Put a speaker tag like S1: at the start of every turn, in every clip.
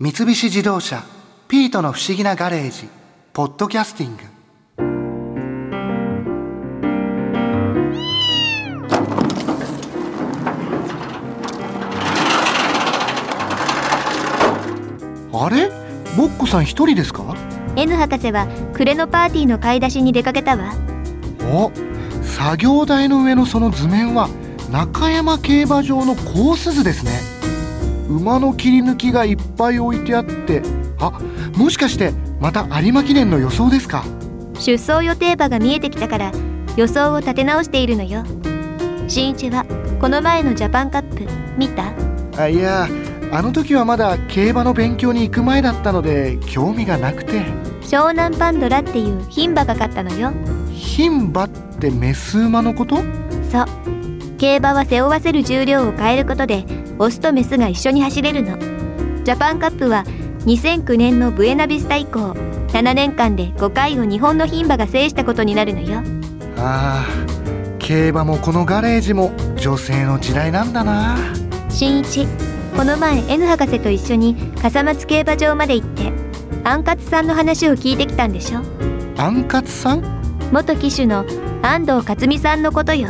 S1: 三菱自動車「ピートの不思議なガレージ」「ポッドキャスティング」あれボッコさん一人ですか
S2: N 博士は暮れのパーティーの買い出しに出かけたわ
S1: お作業台の上のその図面は中山競馬場のコース図ですね馬の切り抜きがいっぱい置いてあってあもしかしてまた有馬記念の予想ですか
S2: 出走予定馬が見えてきたから予想を立て直しているのよ新一はこの前のジャパンカップ見た
S1: あいやあの時はまだ競馬の勉強に行く前だったので興味がなくて
S2: 湘南パンドラっていう牝馬が勝ったのよ
S1: 牝馬ってメス馬のこと
S2: そう競馬は背負わせる重量を変えることでオスとメスが一緒に走れるのジャパンカップは2009年のブエナビスタ以降7年間で5回を日本の牝馬が制したことになるのよ
S1: あー競馬もこのガレージも女性の時代なんだな
S2: 新一この前 N 博士と一緒に笠松競馬場まで行ってアンカツさんの話を聞いてきたんでしょ
S1: アンカツさん
S2: 元騎手の安藤克美さんのことよ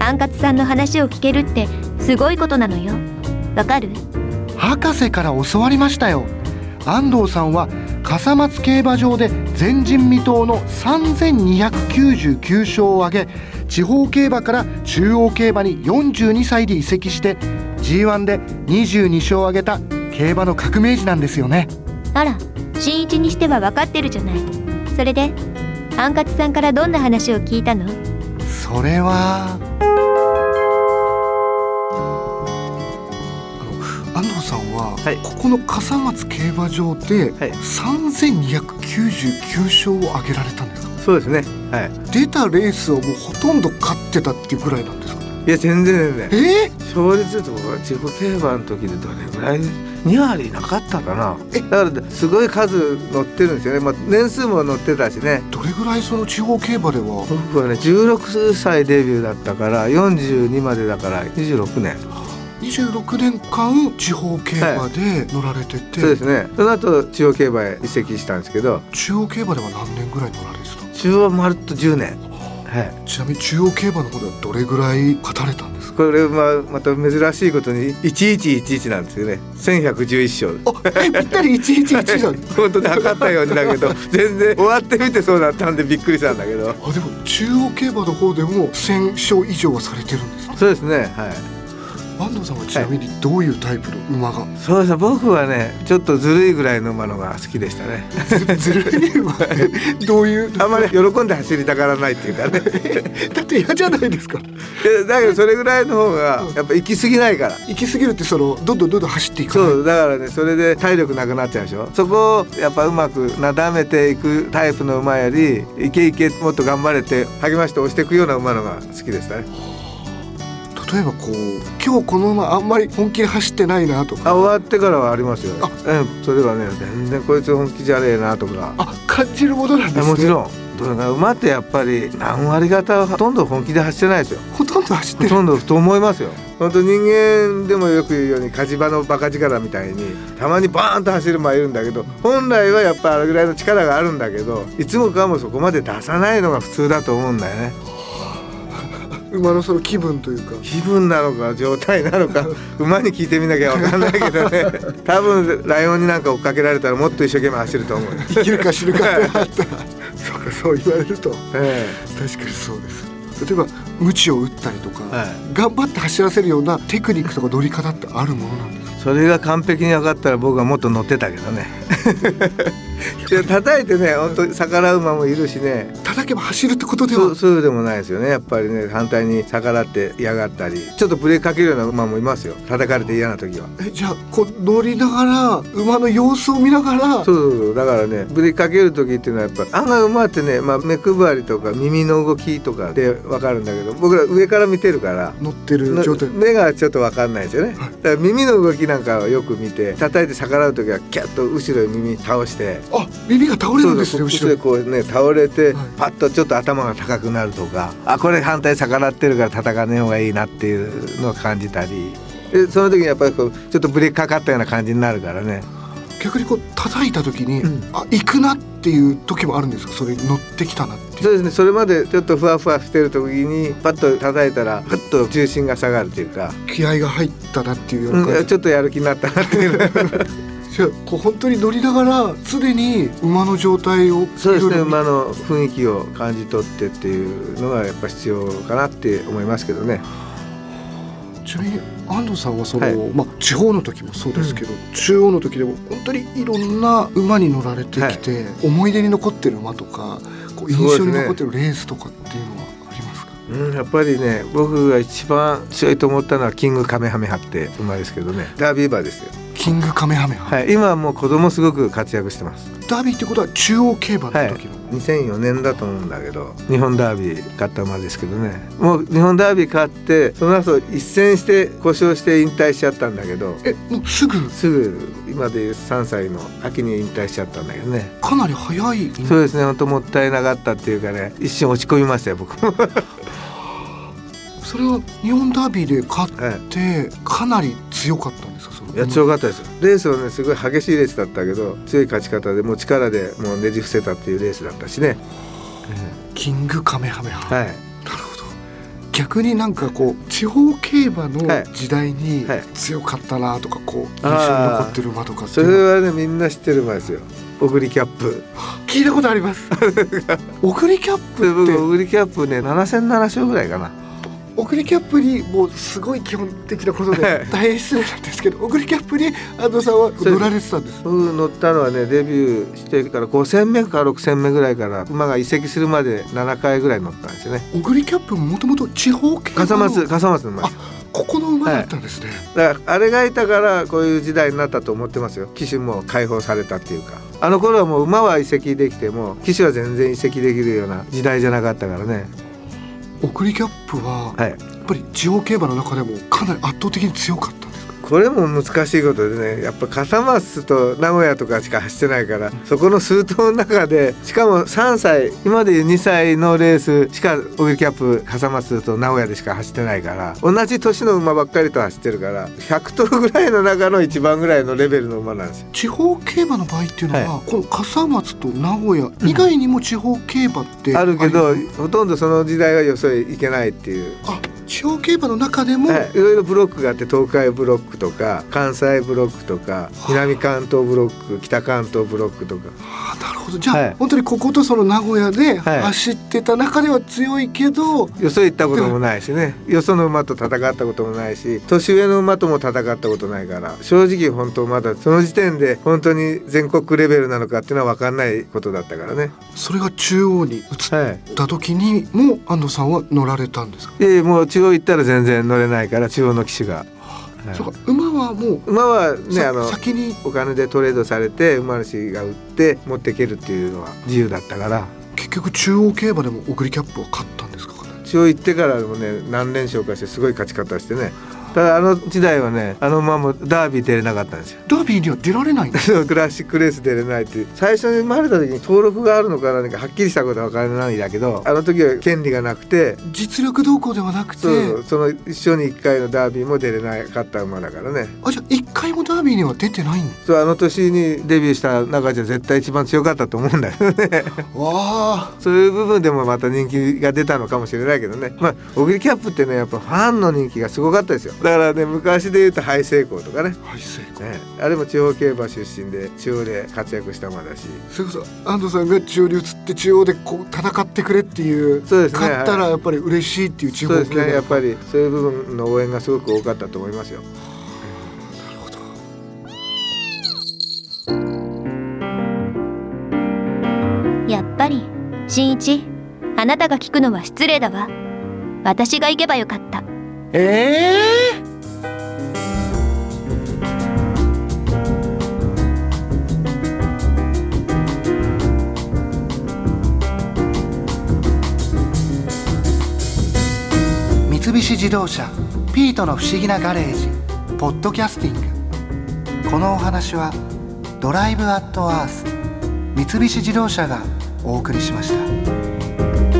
S2: アンカツさんの話を聞けるってすごいことなのよわかる
S1: 博士から教わりましたよ安藤さんは笠松競馬場で前人未到の3299勝を挙げ地方競馬から中央競馬に42歳で移籍して G1 で22勝を挙げた競馬の革命児なんですよね
S2: あら新一にしては分かってるじゃないそれでアンカツさんからどんな話を聞いたの
S1: それはあの安藤さんは、
S3: はい
S1: ここの笠松競馬場で
S3: はい
S1: 3299勝を挙げられたんですか
S3: そうですね。はい。
S1: 出たレースをもうほとんど勝ってたっていうぐらいなんですかね
S3: いや、全然全然。
S1: えー、
S3: 勝率とか地方競馬の時でどれぐらい2割なかったかな
S1: え
S3: だからすごい数乗ってるんですよね、まあ、年数も乗ってたしね
S1: どれぐらいその地方競馬では
S3: 僕はね16歳デビューだったから42までだから26年
S1: 26年間地方競馬で乗られてて、
S3: そうですねその後中央競馬へ移籍したんですけど
S1: 中央競馬では何年ぐらい乗られてたんです
S3: 中央まるっと10年はい
S1: かちなみに中央競馬の方ではどれぐらい勝たれたんですか
S3: これままた珍しいことに1111なんですよね1111勝
S1: あえぴったり111じゃん
S3: 本当に測ったようにだけ ど全然終わってみてそうだったんでびっくりしたんだけど
S1: あでも中央競馬の方でも1000勝以上はされてるんですか
S3: そうですねはい
S1: 安藤さんはちなみにどういうタイプの馬が
S3: そうですね僕はねちょっとずるいぐらいの馬のが好きでした ね
S1: ずるい馬でどういう
S3: あんまり喜んで走りたがらないっていうか ね
S1: だって嫌じゃないですか
S3: えだけどそれぐらいの方がやっぱ行き過ぎないから
S1: 行き過ぎるってそのどんどんどんどん走っていく
S3: そうだからねそれで体力なくなっちゃうでしょそこをやっぱうまくなだめていくタイプの馬よりいけいけもっと頑張れて励まして押していくような馬のが好きでしたね
S1: 例えばこう今日この馬あんまり本気で走ってないなとか
S3: あ終わってからはありますよ、ね
S1: あ、
S3: うんそれはね全然こいつ本気じゃねえなとか
S1: あ感じるものなんですね
S3: もちろんだから馬ってやっぱり何割方はほとんど本気で走ってないですよ
S1: ほとんど走ってる
S3: ほとんどと思いますよ本当人間でもよく言うように火事場のバカ力みたいにたまにバーンと走る馬いるんだけど本来はやっぱあれぐらいの力があるんだけどいつもかもそこまで出さないのが普通だと思うんだよね
S1: 馬のその気分というか
S3: 気分なのか状態な のか馬に聞いてみなきゃ分かんないけどね多分ライオンになんか追っかけられたらもっと一生懸命走ると思う、
S1: 生きるか死ぬかってなったら そうかそう言われると
S3: え
S1: 確かにそうです例えば鞭を打ったりとか、
S3: はい
S1: 頑張って走らせるようなテクニックとか乗り方ってあるものなんですか
S3: え、それが完璧に分かったら僕はもっと乗ってたけどね いや叩いてね本当に逆らう馬もいるしね
S1: 叩けば走るってことで
S3: そう
S1: は
S3: そうでもないですよねやっぱりね反対に逆らって嫌がったりちょっとブレーキかけるような馬もいますよ叩かれて嫌な時は
S1: えじゃあこう乗りながら馬の様子を見ながら
S3: そうそうそうだからねブレーキかける時っていうのはやっぱ案外馬ってね、まあ、目配りとか耳の動きとかで分かるんだけど僕ら上から見てるから
S1: 乗ってる状態
S3: 目がちょっと分かんないですよねだから耳の動きなんかをよく見て叩いて逆らう時はキャッと後ろに耳倒して
S1: あ耳が倒れるんですね
S3: そう
S1: 後
S3: そう
S1: ろ
S3: でこうね倒れて、
S1: はい
S3: パッとちょっと頭が高くなるとかあこれ反対逆らってるから叩かねえ方がいいなっていうのを感じたりでその時にやっぱりこうちょっとブレーキかかったような感じになるからね
S1: 逆にこう叩いた時に、
S3: うん
S1: あ行くなっていう時もあるんですかそれに乗ってきたなっていう
S3: そうですねそれまでちょっとふわふわしてる時にパッと叩いたらパッと重心が下がるというか、
S1: 気合が入ったなっていうような
S3: う
S1: 感
S3: ん、
S1: じ、
S3: ちょっとやる気になったなっていう
S1: じゃあこう本当に乗りながら常に馬の状態を
S3: そうですね
S1: いろいろ見
S3: 馬の雰囲気を感じ取ってっていうのがやっぱ必要かなって思いますけどね
S1: ちなみに安藤さんはその、
S3: はい
S1: まあ、地方の時もそうですけど、中央の時でも本当にいろんな馬に乗られてきて、思い出に残ってる馬とかこう印象に残ってるレースとかっていうのはありますか
S3: うんやっぱりね僕が一番強いと思ったのはキングカメハメハって馬ですけどねダービー馬ですよ
S1: キングカメハメハ、
S3: はい今はもう子供すごく活躍してます
S1: ダービーってことは中央競馬の時の、
S3: 2004年だと思うんだけど日本ダービー勝った馬ですけどねもう日本ダービー勝ってその後一戦して故障して引退しちゃったんだけど
S1: えもうすぐ
S3: すぐ今でいう3歳の秋に引退しちゃったんだけどね
S1: かなり早い
S3: そうですね本当もったいなかったっていうかね一瞬落ち込みましたよ僕も、
S1: それは日本ダービーで勝っ
S3: は
S1: てかなり強かったんですかその
S3: い、いや強かったですよレースはねすごい激しいレースだったけど強い勝ち方でもう力でもうねじ伏せたっていうレースだったしね、
S1: キングカメハメハ、
S3: はい
S1: なるほど逆になんかこう地方競馬の
S3: はい
S1: 時代に
S3: はい
S1: 強かったなとかこう印象に
S3: あー
S1: 残ってる馬とかって
S3: そ
S1: いう
S3: れ
S1: のは
S3: はねみんな知ってる馬ですよオグリキャップ
S1: 聞いたことあります 送りキャッ
S3: で
S1: プっ
S3: 僕オ
S1: て
S3: グリキャップね7戦7勝ぐらいかな
S1: 送りキャップにもうすごい基本的なこと
S3: はい
S1: で大変失礼なんですけど送りキャップに安藤さんは乗られてたんです
S3: 僕乗ったのはねデビューしてから5戦目か6戦目ぐらいから馬が移籍するまで7回ぐらい乗ったんですよね
S1: 送りキャップももともと地方競馬
S3: 笠松
S1: の
S3: 笠松の馬です
S1: ここの馬だったんですね、
S3: だからあれがいたからこういう時代になったと思ってますよ騎手も解放されたっていうかあの頃はもう馬は移籍できても騎手は全然移籍できるような時代じゃなかったからね
S1: 送りキャップは
S3: はい
S1: やっぱり地方競馬の中でもかなり圧倒的に強かったんですか
S3: これも難しいことでねやっぱ笠松と名古屋とかしか走ってないからそこの数頭の中でしかも3歳今でいう2歳のレースしかオグリキャップ笠松と名古屋でしか走ってないから同じ年の馬ばっかりと走ってるから100頭ぐらいの中の一番ぐらいのレベルの馬なんですよ。
S1: 地方競馬の場合っていうのは、この笠松と名古屋以外にも地方競馬って
S3: あるけど
S1: あり
S3: ほとんどその時代はよそへ行けないっていう。
S1: あ地方競馬の中でも、
S3: はい、いろいろブロックがあって東海ブロックとか関西ブロックとか南関東ブロック北関東ブロックとか
S1: あなるほどじゃあ、
S3: はい
S1: 本当にこことその名古屋で
S3: はい
S1: 走ってた中では強いけど、
S3: よそ行ったこともないしねよその馬と戦ったこともないし年上の馬とも戦ったことないから正直本当まだその時点で本当に全国レベルなのかっていうのは分かんないことだったからね。
S1: それが中央に移っ
S3: はい
S1: た時にも安藤さんは乗られたんですか、
S3: でもう中央行ったら全然乗れないから中央の騎手が、はい
S1: そうか馬はもう、
S3: 馬はね
S1: さ
S3: あの
S1: 先に
S3: お金でトレードされて馬主が売って持っていけるっていうのは自由だったから
S1: 結局中央競馬でも送りキャップは勝ったんですかかなり
S3: 中央行ってからもね何連勝かしてすごい勝ち方してねただあの時代はねあの馬もダービー出れなかったんですよ。
S1: ダービーには出られないんです
S3: そうクラシックレース出れないっていう最初に生まれた時に登録があるのか何かはっきりしたことは分からないんだけどあの時は権利がなくて
S1: 実力どうこうではなくて
S3: そうそうその一生に1回のダービーも出れなかった馬だからね
S1: あじゃあ一回もダービーには出てないん
S3: そうあの年にデビューした中じゃ絶対一番強かったと思うんだけどね
S1: わあ
S3: そういう部分でもまた人気が出たのかもしれないけどねまあ小栗キャップってねやっぱファンの人気がすごかったですよだからね昔で言うとハイセイコーとかね
S1: はい成功
S3: ねあれも地方競馬出身で中央で活躍した馬だし
S1: それこそ安藤さんが中央に移って中央でこう戦ってくれっていう
S3: そうですね
S1: 勝ったらやっぱり嬉しいっていう地
S3: そう
S1: 方
S3: です
S1: 系の
S3: ねやっぱりそういう部分の応援がすごく多かったと思いますよ
S1: なるほど
S2: やっぱり新一あなたが聞くのは失礼だわ私が行けばよかった
S1: ええ三菱自動車ピートの不思議なガレージポッドキャスティングこのお話はドライブアットアース三菱自動車がお送りしました。